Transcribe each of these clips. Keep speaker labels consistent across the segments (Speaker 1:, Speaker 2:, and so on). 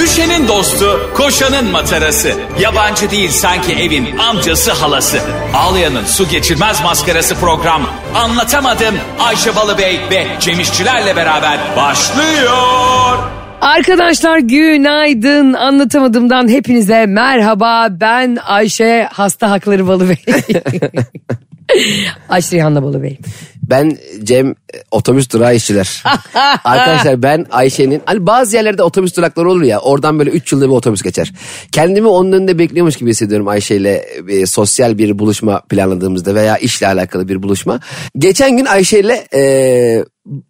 Speaker 1: Ayşe'nin dostu, koşanın matarası. Yabancı değil sanki evin amcası halası. Ağlayan'ın su geçirmez maskarası program. Anlatamadım Ayşe Balıbey ve Cemişçilerle beraber başlıyor.
Speaker 2: Arkadaşlar günaydın. Anlatamadığımdan hepinize merhaba. Ben Ayşe Hasta Hakları Balıbey. Ayşe Rihanna Balıbey.
Speaker 3: Ben Cem e, otobüs durağı işçiler. Arkadaşlar ben Ayşe'nin hani bazı yerlerde otobüs durakları olur ya oradan böyle 3 yılda bir otobüs geçer. Kendimi onun önünde bekliyormuş gibi hissediyorum Ayşe ile e, sosyal bir buluşma planladığımızda veya işle alakalı bir buluşma. Geçen gün Ayşe ile e,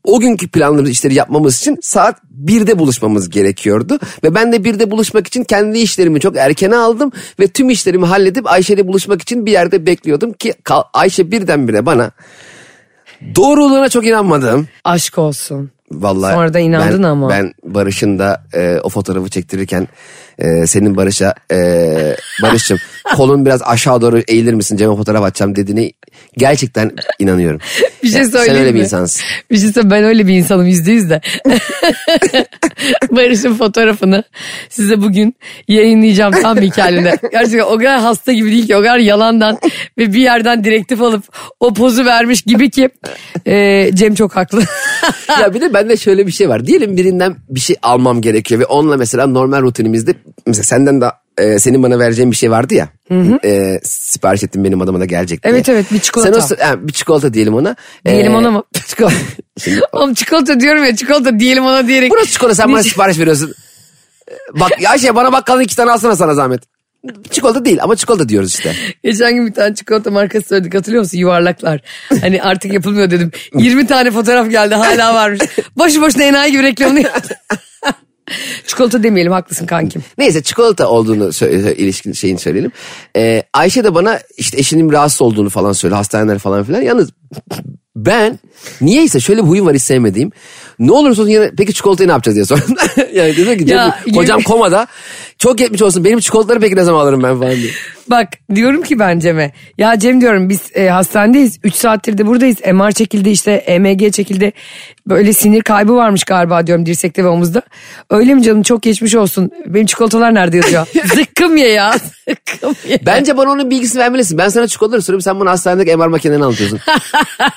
Speaker 3: o günkü planlarımız işleri yapmamız için saat 1'de buluşmamız gerekiyordu. Ve ben de 1'de buluşmak için kendi işlerimi çok erkene aldım ve tüm işlerimi halledip Ayşe ile buluşmak için bir yerde bekliyordum ki kal- Ayşe birdenbire bana Doğruluğuna çok inanmadım.
Speaker 2: Aşk olsun.
Speaker 3: Vallahi
Speaker 2: Sonra da inandın
Speaker 3: ben,
Speaker 2: ama.
Speaker 3: Ben Barış'ın da e, o fotoğrafı çektirirken e, senin Barış'a e, Barış'cığım kolun biraz aşağı doğru eğilir misin Cem'e fotoğraf atacağım dediğini gerçekten inanıyorum.
Speaker 2: Bir şey
Speaker 3: Ya,
Speaker 2: söyleyeyim
Speaker 3: Sen öyle
Speaker 2: mi?
Speaker 3: bir insansın.
Speaker 2: Bir şey söyleyeyim, ben öyle bir insanım yüzde yüz de. Barış'ın fotoğrafını size bugün yayınlayacağım tam bir hikayede. Gerçekten o kadar hasta gibi değil ki o kadar yalandan ve bir yerden direktif alıp o pozu vermiş gibi ki e, Cem çok haklı.
Speaker 3: ya bir de bende şöyle bir şey var. Diyelim birinden bir şey almam gerekiyor ve onunla mesela normal rutinimizde mesela senden de e, senin bana vereceğin bir şey vardı ya. E, sipariş ettim benim adama da gelecek diye.
Speaker 2: Evet, evet, bir çikolata.
Speaker 3: Sen o, sı- ha, bir çikolata diyelim ona.
Speaker 2: Diyelim
Speaker 3: E,
Speaker 2: ona mı?
Speaker 3: Çikolata. Şimdi
Speaker 2: Oğlum çikolata diyorum ya çikolata diyelim ona diyerek.
Speaker 3: Burası çikolata sen bana sipariş veriyorsun. Bak ya şey bana bakkalın iki tane alsana sana zahmet. Çikolata değil ama çikolata diyoruz işte.
Speaker 2: Geçen gün bir tane çikolata markası söyledik hatırlıyor musun? Yuvarlaklar. Hani artık yapılmıyor dedim. 20 tane fotoğraf geldi hala varmış. Boşu boşuna enayi gibi reklamını yaptı. çikolata demeyelim haklısın kankim.
Speaker 3: Neyse çikolata olduğunu sö- sö- ilişkin şeyini söyleyelim. Ee, Ayşe de bana işte eşinin rahatsız olduğunu falan söyle hastaneler falan filan. Yalnız ben niyeyse şöyle bir huyum var hiç sevmediğim. Ne olursa olsun yine peki çikolatayı ne yapacağız diye sordum. yani dedim ki
Speaker 2: Ya,
Speaker 3: "Cemil, kocam
Speaker 2: yemin-
Speaker 3: komada çok yetmiş olsun benim çikolataları peki ne zaman alırım ben falan diye.
Speaker 2: Bak diyorum ki ben Cem'e. Ya Cem diyorum biz e, hastanedeyiz. 3 saattir de buradayız. MR çekildi işte EMG çekildi. Böyle sinir kaybı varmış galiba diyorum dirsekte ve omuzda. Öyle mi canım çok geçmiş olsun. Benim çikolatalar nerede yazıyor? Zıkkım ye ya. Zıkkım ye.
Speaker 3: Bence bana onun bilgisini vermelisin. Ben sana çikolataları soruyorum sen bana hastanedeki MR makinelerini anlatıyorsun.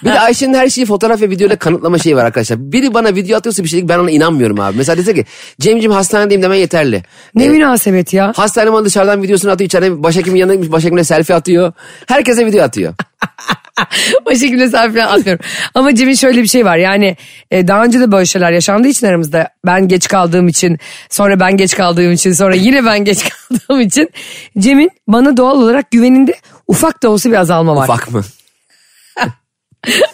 Speaker 3: bir de Ayşe'nin her şeyi fotoğraf ve videoyla kanıtlama şeyi var arkadaşlar. Biri bana video atıyorsa bir şey ben ona inanmıyorum abi. Mesela dese ki Cem'ciğim hastanedeyim demen yeterli.
Speaker 2: Ne münasebet ya.
Speaker 3: Hastane bana dışarıdan videosunu atıyor. İçeride başhekimin yanına gitmiş başhekimle selfie atıyor. Herkese video atıyor.
Speaker 2: o şekilde sen falan atmıyorum. Ama Cem'in şöyle bir şey var yani e, daha önce de böyle şeyler yaşandığı için aramızda ben geç kaldığım için sonra ben geç kaldığım için sonra yine ben geç kaldığım için Cem'in bana doğal olarak güveninde ufak da olsa bir azalma var.
Speaker 3: Ufak mı?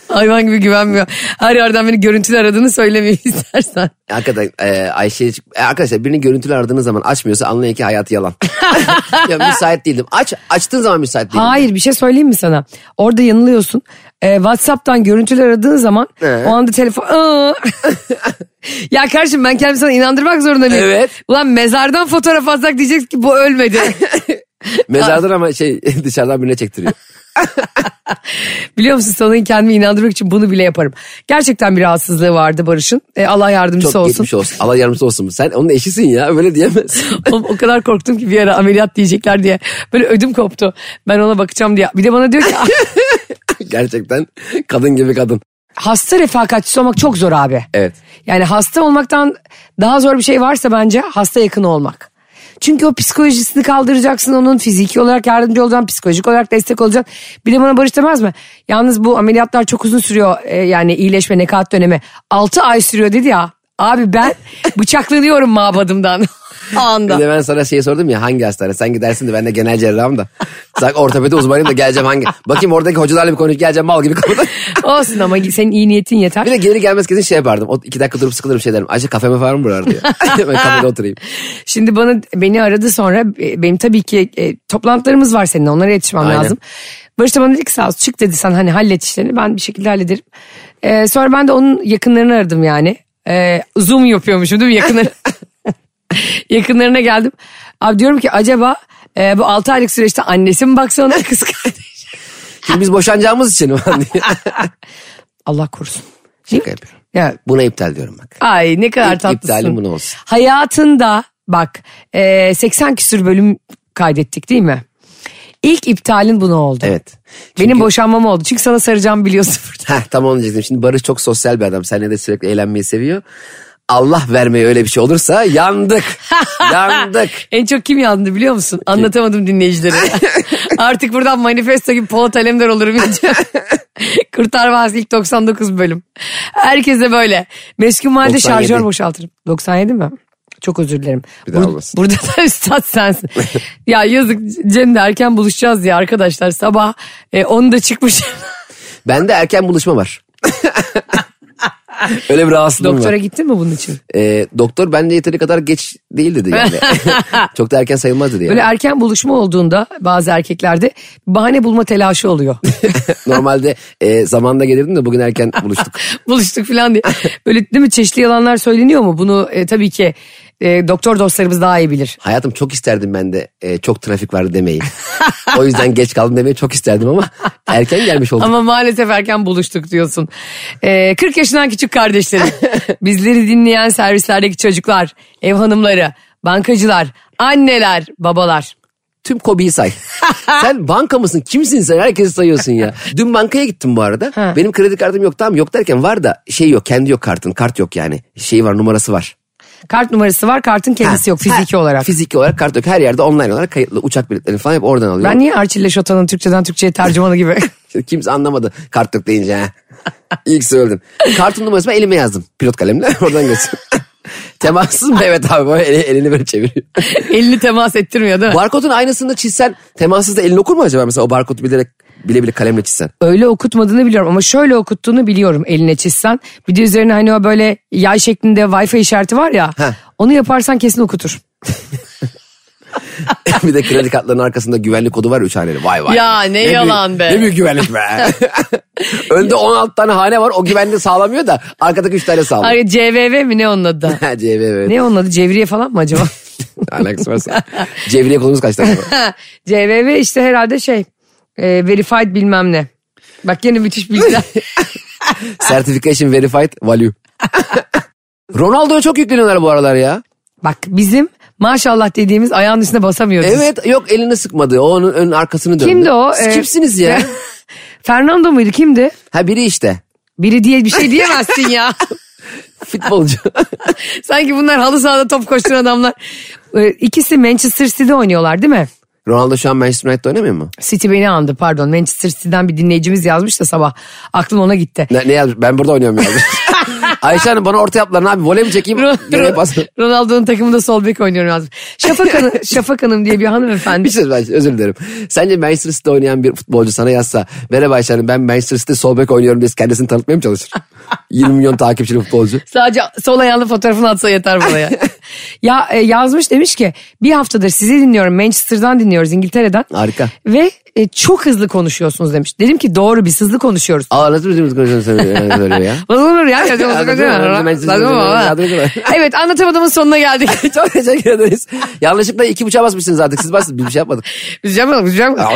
Speaker 2: Hayvan gibi güvenmiyor. Her yerden beni görüntülü aradığını söylemeyi istersen.
Speaker 3: Hakikaten e, Ayşe e, arkadaşlar birini görüntülü aradığınız zaman açmıyorsa anlayın ki hayatı yalan. ya müsait değildim. Aç açtığın zaman müsait değildim.
Speaker 2: Hayır bir şey söyleyeyim mi sana? Orada yanılıyorsun. Ee, Whatsapp'tan görüntüler aradığın zaman
Speaker 3: Ee?
Speaker 2: o anda telefon... Aa! ya kardeşim ben kendimi sana inandırmak zorunda mıyım?
Speaker 3: Evet.
Speaker 2: Ulan mezardan fotoğraf atsak diyeceksin ki bu ölmedi.
Speaker 3: Mezardan ama şey dışarıdan birine çektiriyor.
Speaker 2: Biliyor musun sana kendimi inandırmak için bunu bile yaparım. Gerçekten bir rahatsızlığı vardı Barış'ın. Ee, Allah yardımcısı
Speaker 3: Çok
Speaker 2: olsun.
Speaker 3: geçmiş olsun. Allah yardımcısı olsun. Sen onun eşisin ya böyle diyemezsin.
Speaker 2: Oğlum o kadar korktum ki bir ara ameliyat diyecekler diye. Böyle ödüm koptu. Ben ona bakacağım diye. Bir de bana diyor ki
Speaker 3: Gerçekten kadın gibi kadın.
Speaker 2: hasta refakatçisi olmak çok zor abi.
Speaker 3: Evet.
Speaker 2: Yani hasta olmaktan daha zor bir şey varsa bence hasta yakını olmak. Çünkü o psikolojisini kaldıracaksın onun fiziki olarak yardımcı olacaksın psikolojik olarak destek olacaksın. Bir de bana Barış demez mi? Yalnız bu ameliyatlar çok uzun sürüyor e, yani iyileşme nekat dönemi. 6 ay sürüyor dedi ya. Abi ben bıçaklanıyorum mabadımdan.
Speaker 3: Bir
Speaker 2: Anda.
Speaker 3: de ben sana şeyi sordum ya hangi hastane? Sen gidersin de ben de genel cerrahım da. Sen ortopedi uzmanıyım da geleceğim hangi? Bakayım oradaki hocalarla bir konuş geleceğim mal gibi kapıdan.
Speaker 2: Olsun ama senin iyi niyetin yeter.
Speaker 3: Bir de gelir gelmez kesin şey yapardım. O iki dakika durup sıkılırım şey derim. Ayşe kafeme var mı buralar diyor. ben kafede oturayım.
Speaker 2: Şimdi bana beni aradı sonra e, benim tabii ki e, toplantılarımız var seninle onlara yetişmem
Speaker 3: Aynen.
Speaker 2: lazım. Barış da bana dedi ki sağ ol çık dedi sen hani hallet işlerini ben bir şekilde hallederim. E, sonra ben de onun yakınlarını aradım yani. E, zoom yapıyormuşum değil mi yakınları? yakınlarına geldim. Abi diyorum ki acaba e, bu 6 aylık süreçte annesi mi baksa ona kız kardeş?
Speaker 3: Şimdi biz boşanacağımız için falan diye.
Speaker 2: Allah korusun.
Speaker 3: Şaka yapıyorum.
Speaker 2: Ya,
Speaker 3: Buna iptal diyorum bak.
Speaker 2: ay ne kadar
Speaker 3: İp- iptali
Speaker 2: tatlısın.
Speaker 3: bunu olsun.
Speaker 2: Hayatında bak e, 80 küsür bölüm kaydettik değil mi? İlk iptalin bunu oldu.
Speaker 3: Evet.
Speaker 2: Benim boşanmam oldu. Çünkü sana saracağım biliyorsun.
Speaker 3: Heh, tam onu diyecektim. Şimdi Barış çok sosyal bir adam. Seninle de sürekli eğlenmeyi seviyor. Allah vermeye öyle bir şey olursa yandık. yandık.
Speaker 2: En çok kim yandı biliyor musun? Anlatamadım dinleyicilere. Artık buradan manifesto gibi Polat Alemdar olurum. Kurtarmaz ilk 99 bölüm. Herkese böyle. Meskun halde
Speaker 3: 97.
Speaker 2: şarjör boşaltırım. 97 mi? Çok özür dilerim.
Speaker 3: Bir daha olmasın.
Speaker 2: Burada da üstad sensin. ya yazık Cem'le erken buluşacağız diye arkadaşlar sabah e, 10'da çıkmış.
Speaker 3: Bende erken buluşma var. öyle bir rahatsızlığım
Speaker 2: Doktora
Speaker 3: var.
Speaker 2: gittin mi bunun için?
Speaker 3: Ee, doktor bence yeteri kadar geç değil dedi yani. çok da erken sayılmaz dedi yani.
Speaker 2: Böyle erken buluşma olduğunda bazı erkeklerde bahane bulma telaşı oluyor.
Speaker 3: Normalde e, zamanda gelirdim de bugün erken buluştuk.
Speaker 2: buluştuk falan diye. Böyle değil mi çeşitli yalanlar söyleniyor mu? Bunu e, tabii ki e, doktor dostlarımız daha iyi bilir.
Speaker 3: Hayatım çok isterdim ben de e, çok trafik vardı demeyi. o yüzden geç kaldım demeyi çok isterdim ama erken gelmiş olduk.
Speaker 2: Ama maalesef erken buluştuk diyorsun. E, 40 yaşından küçük kardeşlerim. Bizleri dinleyen servislerdeki çocuklar, ev hanımları, bankacılar, anneler, babalar.
Speaker 3: Tüm kobiyi say. sen banka mısın? Kimsin sen? Herkesi sayıyorsun ya. Dün bankaya gittim bu arada.
Speaker 2: Ha.
Speaker 3: Benim kredi kartım yok. Tamam yok derken var da şey yok. Kendi yok kartın. Kart yok yani. Şey var numarası var.
Speaker 2: Kart numarası var, kartın kendisi yok fiziki olarak.
Speaker 3: Fiziki olarak kart yok. Her yerde online olarak kayıtlı. Uçak biletleri falan hep oradan alıyorum.
Speaker 2: Ben niye Arçille Şota'nın Türkçeden Türkçe'ye tercümanı gibi?
Speaker 3: Şimdi kimse anlamadı kart yok deyince. ha. İlk söyledim. Kartın numarasını ben elime yazdım. Pilot kalemle oradan geçtim. Temassız mı? Evet abi böyle eli- elini böyle çeviriyor.
Speaker 2: Elini temas ettirmiyor değil mi?
Speaker 3: Barkodun aynısını çizsen temassız da elini okur mu acaba? Mesela o barkodu bilerek bile bile kalemle çizsen.
Speaker 2: öyle okutmadığını biliyorum ama şöyle okuttuğunu biliyorum eline çizsen. Bir de üzerine hani o böyle yay şeklinde wifi işareti var ya
Speaker 3: Heh.
Speaker 2: onu yaparsan kesin okutur.
Speaker 3: bir de kredi kartlarının arkasında güvenlik kodu var 3 haneli. Vay vay.
Speaker 2: Ya ne
Speaker 3: büyük-
Speaker 2: yalan be.
Speaker 3: Ne büyük güvenlik be. Önde 16 tane hane var o güvenliği sağlamıyor da arkadaki 3 tane sağlıyor.
Speaker 2: Ay CVV mi ne onun adı da?
Speaker 3: Ha, CVV.
Speaker 2: ne onun adı Cevriye falan mı acaba?
Speaker 3: Alakası varsa. Cevriye kolumuz kaç tane var?
Speaker 2: CVV işte herhalde şey e, verified bilmem ne. Bak yine müthiş bilgiler.
Speaker 3: Certification verified value. Ronaldo'ya çok yükleniyorlar bu aralar ya.
Speaker 2: Bak bizim maşallah dediğimiz ayağın üstüne basamıyoruz.
Speaker 3: Evet yok elini sıkmadı. O onun ön arkasını döndü.
Speaker 2: Kimdi o?
Speaker 3: Siz
Speaker 2: Ee,
Speaker 3: kimsiniz ya?
Speaker 2: Fernando muydu kimdi?
Speaker 3: ha biri işte.
Speaker 2: Biri diye bir şey diyemezsin ya.
Speaker 3: Futbolcu.
Speaker 2: Sanki bunlar halı sahada top koşturan adamlar. Ee, İkisi Manchester City'de oynuyorlar değil mi?
Speaker 3: Ronaldo şu an Manchester United'da oynamıyor mu?
Speaker 2: City beni andı pardon. Manchester City'den bir dinleyicimiz yazmış da sabah. Aklım ona gitti.
Speaker 3: Ne, ne yazmış? Ben burada oynuyorum yazmış. Ayşe Hanım bana orta yaptılar abi. Voley mi çekeyim?
Speaker 2: Ro-
Speaker 3: Nereye
Speaker 2: Ro-
Speaker 3: bas?
Speaker 2: Ronaldo'nun takımında sol bek oynuyorum yazmış. Şafak Hanım, Şafak Hanım diye bir hanımefendi.
Speaker 3: Bir şey ben özür dilerim. Sence Manchester City'de oynayan bir futbolcu sana yazsa merhaba Ayşe Hanım ben Manchester City'de sol bek oynuyorum diye kendisini tanıtmaya mı çalışır? 20 milyon takipçili futbolcu.
Speaker 2: Sadece sol ayağının fotoğrafını atsa yeter bana ya. ya e, yazmış demiş ki bir haftadır sizi dinliyorum Manchester'dan dinliyoruz İngiltere'den.
Speaker 3: Harika.
Speaker 2: Ve e, çok hızlı konuşuyorsunuz demiş. Dedim ki doğru biz hızlı konuşuyoruz.
Speaker 3: Aa nasıl bizim konuşanı söylüyor e, ya?
Speaker 2: Bulunur ya.
Speaker 3: Anlatamadım.
Speaker 2: evet anlatamadığımın sonuna geldik.
Speaker 3: Çok teşekkür ederiz. Yanlışlıkla iki buçuğa basmışsınız artık. Siz bastınız biz bir şey yapmadık.
Speaker 2: Biz yapmadık, biz yapmadık.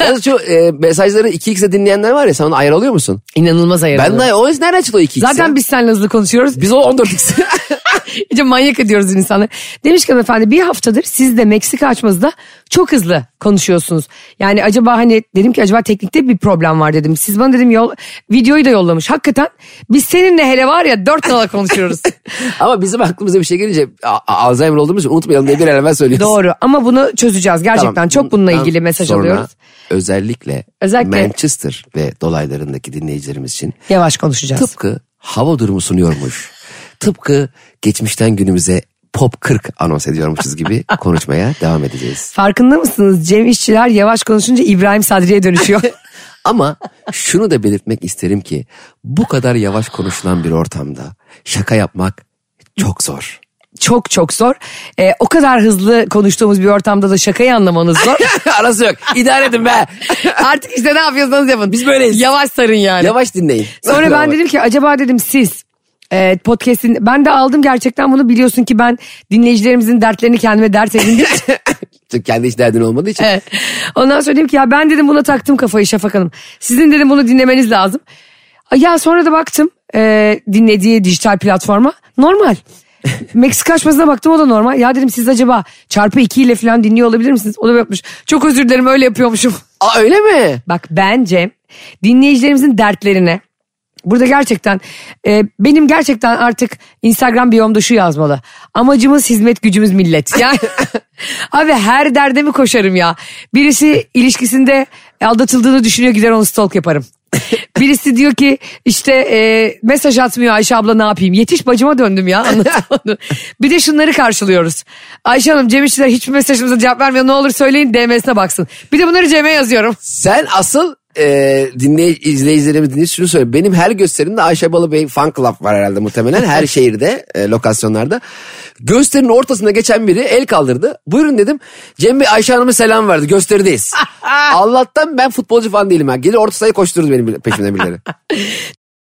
Speaker 3: Yalnız şu e, mesajları 2x'e dinleyenler var ya sen onu ayrı alıyor musun?
Speaker 2: İnanılmaz ayarlı.
Speaker 3: Ben de o yüzden nereden çıktı o 2x
Speaker 2: Zaten
Speaker 3: ya?
Speaker 2: biz seninle hızlı konuşuyoruz.
Speaker 3: biz o 14x.
Speaker 2: İyice manyak ediyoruz insanları. Demiş ki efendi bir haftadır siz de Meksika açmanızda çok hızlı konuşuyorsunuz. Yani acaba hani dedim ki acaba teknikte bir problem var dedim. Siz bana dedim yol, videoyu da yollamış. Hakikaten biz seninle hele var ya dört nala konuşuyoruz.
Speaker 3: Ama bizim aklımıza bir şey gelince a- a- Alzheimer olduğumuz için unutmayalım diye bir an evvel söylüyoruz.
Speaker 2: Doğru ama bunu çözeceğiz gerçekten.
Speaker 3: Tamam.
Speaker 2: Çok bununla
Speaker 3: Bundan
Speaker 2: ilgili mesaj
Speaker 3: sonra
Speaker 2: alıyoruz.
Speaker 3: Özellikle,
Speaker 2: Özellikle-
Speaker 3: Manchester ve dolaylarındaki dinleyicilerimiz için
Speaker 2: Yavaş konuşacağız.
Speaker 3: tıpkı hava durumu sunuyormuş. tıpkı geçmişten günümüze pop 40 anons ediyormuşuz gibi konuşmaya devam edeceğiz.
Speaker 2: Farkında mısınız? Cem İşçiler yavaş konuşunca İbrahim Sadri'ye dönüşüyor.
Speaker 3: Ama şunu da belirtmek isterim ki bu kadar yavaş konuşulan bir ortamda şaka yapmak çok zor.
Speaker 2: çok çok zor. Ee, o kadar hızlı konuştuğumuz bir ortamda da şakayı anlamanız zor.
Speaker 3: Arası yok. İdare edin be.
Speaker 2: Artık işte ne yapıyorsanız yapın. Biz
Speaker 3: böyleyiz.
Speaker 2: Yavaş sarın yani.
Speaker 3: Yavaş dinleyin.
Speaker 2: Sonra ben dedim ki acaba dedim siz e, podcast'in ben de aldım gerçekten bunu biliyorsun ki ben dinleyicilerimizin dertlerini kendime dert edindim.
Speaker 3: Çünkü kendi hiç derdin olmadığı için.
Speaker 2: Evet. Ondan sonra dedim ki ya ben dedim buna taktım kafayı Şafak Hanım. Sizin dedim bunu dinlemeniz lazım. Ya sonra da baktım e, dinlediği dijital platforma normal. Meksika açmasına baktım o da normal. Ya dedim siz acaba çarpı 2 ile falan dinliyor olabilir misiniz? O da yapmış. Çok özür dilerim öyle yapıyormuşum.
Speaker 3: Aa öyle mi?
Speaker 2: Bak bence dinleyicilerimizin dertlerine burada gerçekten e, benim gerçekten artık Instagram biyomda şu yazmalı. Amacımız hizmet gücümüz millet. Yani, abi her derde mi koşarım ya. Birisi ilişkisinde aldatıldığını düşünüyor gider onu stalk yaparım. Birisi diyor ki işte e, mesaj atmıyor Ayşe abla ne yapayım. Yetiş bacıma döndüm ya anlatamadım. bir de şunları karşılıyoruz. Ayşe Hanım Cem İşçiler hiçbir mesajımıza cevap vermiyor. Ne olur söyleyin DM'sine baksın. Bir de bunları Cem'e yazıyorum.
Speaker 3: Sen asıl e, dinley izleyicilerimiz dinleyici şunu söyle. Benim her gösterimde Ayşe Balıbey fan club var herhalde muhtemelen. Her şehirde, e, lokasyonlarda. Gösterinin ortasında geçen biri el kaldırdı. Buyurun dedim. Cem Bey Ayşe Hanım'a selam verdi. Gösterideyiz. Allah'tan ben futbolcu falan değilim. ha. Gelir orta sahaya koştururdu benim peşimden birileri.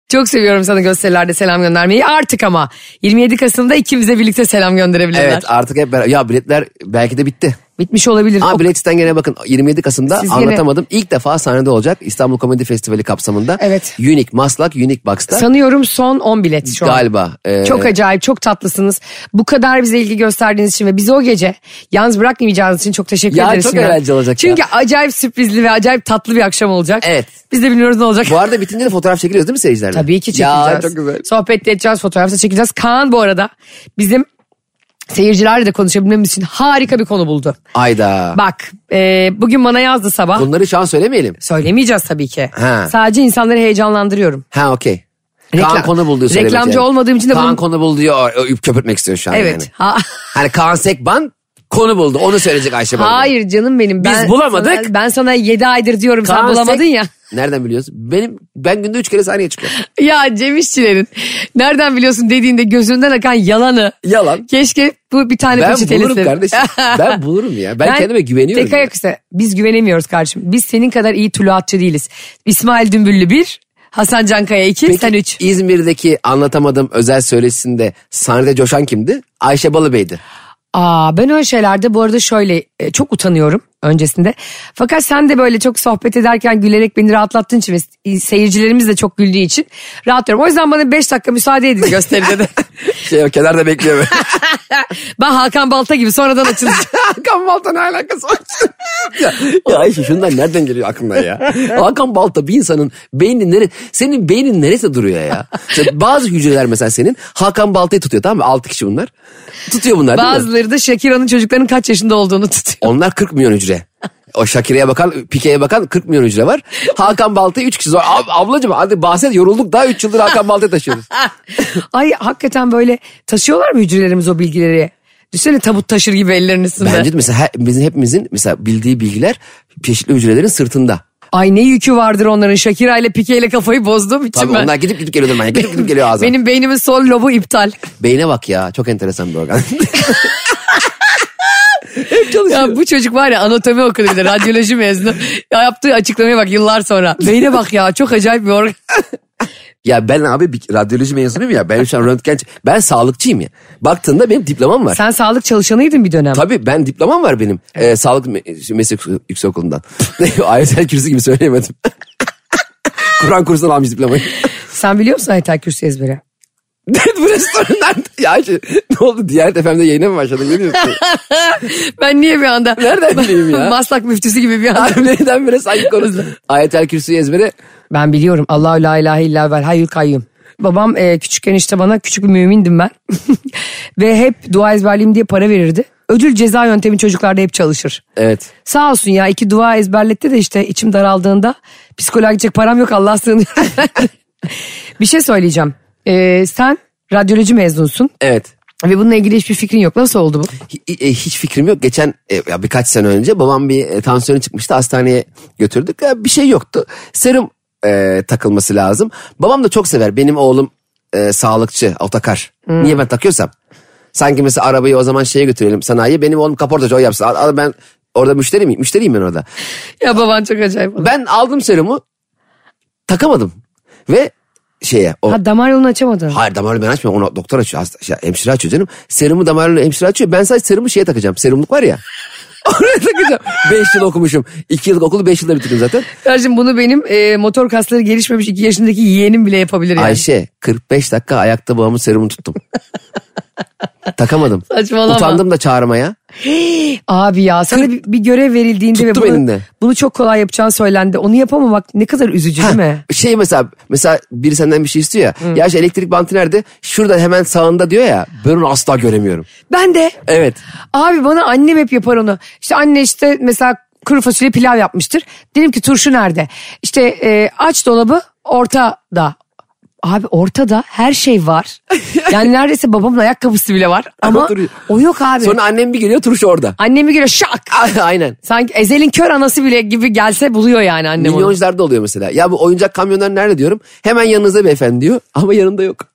Speaker 2: Çok seviyorum sana gösterilerde selam göndermeyi. Artık ama 27 Kasım'da ikimize birlikte selam gönderebilirler.
Speaker 3: evet artık hep beraber. Ya biletler belki de bitti.
Speaker 2: Bitmiş olabilir.
Speaker 3: Ama
Speaker 2: O-
Speaker 3: Biletix'ten gene bakın 27 Kasım'da
Speaker 2: Siz gene-
Speaker 3: anlatamadım. İlk defa sahnede olacak İstanbul Komedi Festivali kapsamında.
Speaker 2: Evet.
Speaker 3: Unique Maslak, Unique Box'ta.
Speaker 2: Sanıyorum son 10 bilet şu an.
Speaker 3: Galiba, e-
Speaker 2: Çok acayip, çok tatlısınız. Bu kadar bize ilgi gösterdiğiniz için ve bizi o gece yalnız bırakmayacağınız için çok teşekkür
Speaker 3: Ya
Speaker 2: ederiz.
Speaker 3: çok
Speaker 2: şimdiden.
Speaker 3: eğlenceli olacak
Speaker 2: Çünkü
Speaker 3: ya.
Speaker 2: acayip sürprizli ve acayip tatlı bir akşam olacak.
Speaker 3: Evet.
Speaker 2: Biz de bilmiyoruz ne olacak.
Speaker 3: Bu arada bitince de fotoğraf çekiliyoruz değil mi seyircilerle?
Speaker 2: Tabii ki çekeceğiz.
Speaker 3: Ya çok güzel.
Speaker 2: Sohbet de edeceğiz, fotoğraf da çekeceğiz. Kaan bu arada bizim seyircilerle de konuşabilmemiz için harika bir konu buldu.
Speaker 3: Ayda.
Speaker 2: Bak e, bugün bana yazdı sabah.
Speaker 3: Bunları şu an söylemeyelim.
Speaker 2: Söylemeyeceğiz tabii ki.
Speaker 3: Ha.
Speaker 2: Sadece insanları heyecanlandırıyorum.
Speaker 3: Ha okey.
Speaker 2: Reklam-
Speaker 3: Kaan konu bul diyor söylemek
Speaker 2: Reklamcı olmadığım için de
Speaker 3: Kaan
Speaker 2: bunun-
Speaker 3: konu bul diyor ö- ö- köpürtmek istiyor şu an
Speaker 2: Evet.
Speaker 3: yani.
Speaker 2: Ha-
Speaker 3: Hani Kaan Sekban konu buldu onu söyleyecek Ayşe Balıbey.
Speaker 2: Hayır canım benim. Ben
Speaker 3: Biz bulamadık.
Speaker 2: sana- ben sana 7 aydır diyorum sen
Speaker 3: Kaan
Speaker 2: bulamadın
Speaker 3: Sek-
Speaker 2: ya.
Speaker 3: Nereden biliyorsun? Benim ben günde üç kere sahneye çıkıyorum.
Speaker 2: Ya Cem İşçilerin nereden biliyorsun dediğinde gözünden akan yalanı.
Speaker 3: Yalan.
Speaker 2: Keşke bu bir tane
Speaker 3: Ben
Speaker 2: peçeteli
Speaker 3: bulurum
Speaker 2: isterim.
Speaker 3: kardeşim. Ben bulurum ya. Ben, kendime güveniyorum.
Speaker 2: Tek
Speaker 3: ya.
Speaker 2: ayak üstüne. Biz güvenemiyoruz kardeşim. Biz senin kadar iyi tuluatçı değiliz. İsmail Dümbüllü bir, Hasan Cankaya iki,
Speaker 3: Peki,
Speaker 2: sen üç.
Speaker 3: İzmir'deki anlatamadığım özel söyleşisinde sahnede coşan kimdi? Ayşe Balıbey'di.
Speaker 2: Aa ben öyle şeylerde bu arada şöyle e, çok utanıyorum öncesinde. Fakat sen de böyle çok sohbet ederken gülerek beni rahatlattığın için ve s- e, seyircilerimiz de çok güldüğü için rahatlıyorum. O yüzden bana 5 dakika müsaade edin gösteride de.
Speaker 3: Şey o kenarda bekliyor böyle.
Speaker 2: ben Hakan Balta gibi sonradan açılacağım.
Speaker 3: Hakan Balta ne alakası var? ya, ya Ayşe şundan nereden geliyor aklına ya? Hakan Balta bir insanın beyni nere, senin beynin neresi duruyor ya? İşte bazı hücreler mesela senin Hakan Balta'yı tutuyor tamam mı? 6 kişi bunlar. Tutuyor bunlar değil mi?
Speaker 2: Bazıları da Shakira'nın çocuklarının kaç yaşında olduğunu tutuyor.
Speaker 3: Onlar 40 milyon hücre. O Şakire'ye bakan, Pike'ye bakan 40 milyon hücre var. Hakan Balta'yı 3 kişi zor. Ab- ablacığım hadi bahset yorulduk daha 3 yıldır Hakan Balta'yı taşıyoruz.
Speaker 2: Ay hakikaten böyle taşıyorlar mı hücrelerimiz o bilgileri? Düşünsene tabut taşır gibi ellerinin üstünde.
Speaker 3: Bence de mesela her- bizim hepimizin mesela bildiği bilgiler çeşitli hücrelerin sırtında.
Speaker 2: Ay ne yükü vardır onların Shakira ile Pike ile kafayı bozduğum için
Speaker 3: Tabii
Speaker 2: ben.
Speaker 3: onlar gidip gidip geliyor durmaya. Gidip gidip geliyor ağzına.
Speaker 2: Benim beynimin sol lobu iptal.
Speaker 3: Beyne bak ya çok enteresan bir organ.
Speaker 2: Ya bu çocuk var ya anatomi okudu bir de radyoloji mezunu. Ya yaptığı açıklamaya bak yıllar sonra. Beyne bak ya çok acayip bir organ.
Speaker 3: ya ben abi bir radyoloji mezunuyum ya. Ben şu an röntgen... Ben sağlıkçıyım ya. Baktığında benim diplomam var.
Speaker 2: Sen sağlık çalışanıydın bir dönem.
Speaker 3: Tabii ben diplomam var benim. Ee, sağlık me- meslek yüksek okulundan. Ayrıca kürsü gibi söyleyemedim. Kur'an kursundan almış diplomayı.
Speaker 2: Sen biliyor musun Aytel Kürsü ezberi?
Speaker 3: Bu restorandan ya şey, ne oldu diğer FM'de yayına mı başladık ne diyorsun?
Speaker 2: Ben niye bir anda?
Speaker 3: Nereden bileyim ya?
Speaker 2: Maslak müftüsü gibi bir anda.
Speaker 3: Abi neden böyle sanki konusu? Ayetel kürsüyü ezbere
Speaker 2: Ben biliyorum. Allahu la ilahe illa vel hayyul kayyum. Babam e, küçükken işte bana küçük bir mümindim ben. Ve hep dua ezberleyeyim diye para verirdi. Ödül ceza yöntemi çocuklarda hep çalışır.
Speaker 3: Evet.
Speaker 2: Sağ olsun ya iki dua ezberletti de işte içim daraldığında psikoloğa gidecek param yok Allah'a sığınıyorum. bir şey söyleyeceğim. Ee, sen radyoloji mezunsun
Speaker 3: Evet.
Speaker 2: ve bununla ilgili hiçbir fikrin yok. Nasıl oldu bu?
Speaker 3: Hi- e, Hiç fikrim yok. Geçen e, ya birkaç sene önce babam bir e, tansiyonu çıkmıştı. Hastaneye götürdük. Ya bir şey yoktu. Serum e, takılması lazım. Babam da çok sever. Benim oğlum e, sağlıkçı, otokar. Niye ben takıyorsam? Sanki mesela arabayı o zaman şeye götürelim sanayiye. Benim oğlum kaportacı o yapsın. Al- al ben orada müşteri miyim? Müşteriyim ben orada.
Speaker 2: Ya baban çok acayip.
Speaker 3: Ben aldım serumu. Takamadım. Ve şeye o
Speaker 2: Ha damar yolunu açamadın.
Speaker 3: Hayır damarını ben açmıyorum. Onu doktor açıyor. Hasta, şey, hemşire açıyor canım. Serumu damarını hemşire açıyor. Ben sadece serumu şeye takacağım. Serumluk var ya. Oraya takacağım. 5 yıl okumuşum. 2 yıllık okulu 5 yılda bitirdim zaten.
Speaker 2: Kardeşim bunu benim e, motor kasları gelişmemiş 2 yaşındaki yeğenim bile yapabilir yani.
Speaker 3: Ayşe 45 dakika ayakta babamın serumunu tuttum. Takamadım.
Speaker 2: Saçmalama.
Speaker 3: Utandım da çağırmaya.
Speaker 2: Abi ya sana bir, bir görev verildiğinde ve
Speaker 3: Tuttu beni
Speaker 2: bunu,
Speaker 3: de.
Speaker 2: bunu çok kolay yapacağın söylendi. Onu yapamamak ne kadar üzücü değil mi?
Speaker 3: Şey mesela mesela biri senden bir şey istiyor ya. Ya şu elektrik bantı nerede? Şurada hemen sağında diyor ya. Ben onu asla göremiyorum.
Speaker 2: Ben de.
Speaker 3: Evet.
Speaker 2: Abi bana annem hep yapar onu. İşte anne işte mesela kuru fasulye pilav yapmıştır. Dedim ki turşu nerede? İşte e, aç dolabı ortada. Abi ortada her şey var. Yani neredeyse babamın ayakkabısı bile var.
Speaker 3: Ama
Speaker 2: Ama
Speaker 3: duruyor.
Speaker 2: o yok abi.
Speaker 3: Sonra Ah. annem bir geliyor turşu orada.
Speaker 2: Annemi göre şak.
Speaker 3: Aynen.
Speaker 2: Sanki Ezel'in kör anası bile gibi gelse buluyor yani annem onu.
Speaker 3: Milyoncularda oluyor mesela. Ya bu oyuncak kamyonlar nerede diyorum. Hemen yanınızda beyefendi diyor. Ama yanında yok.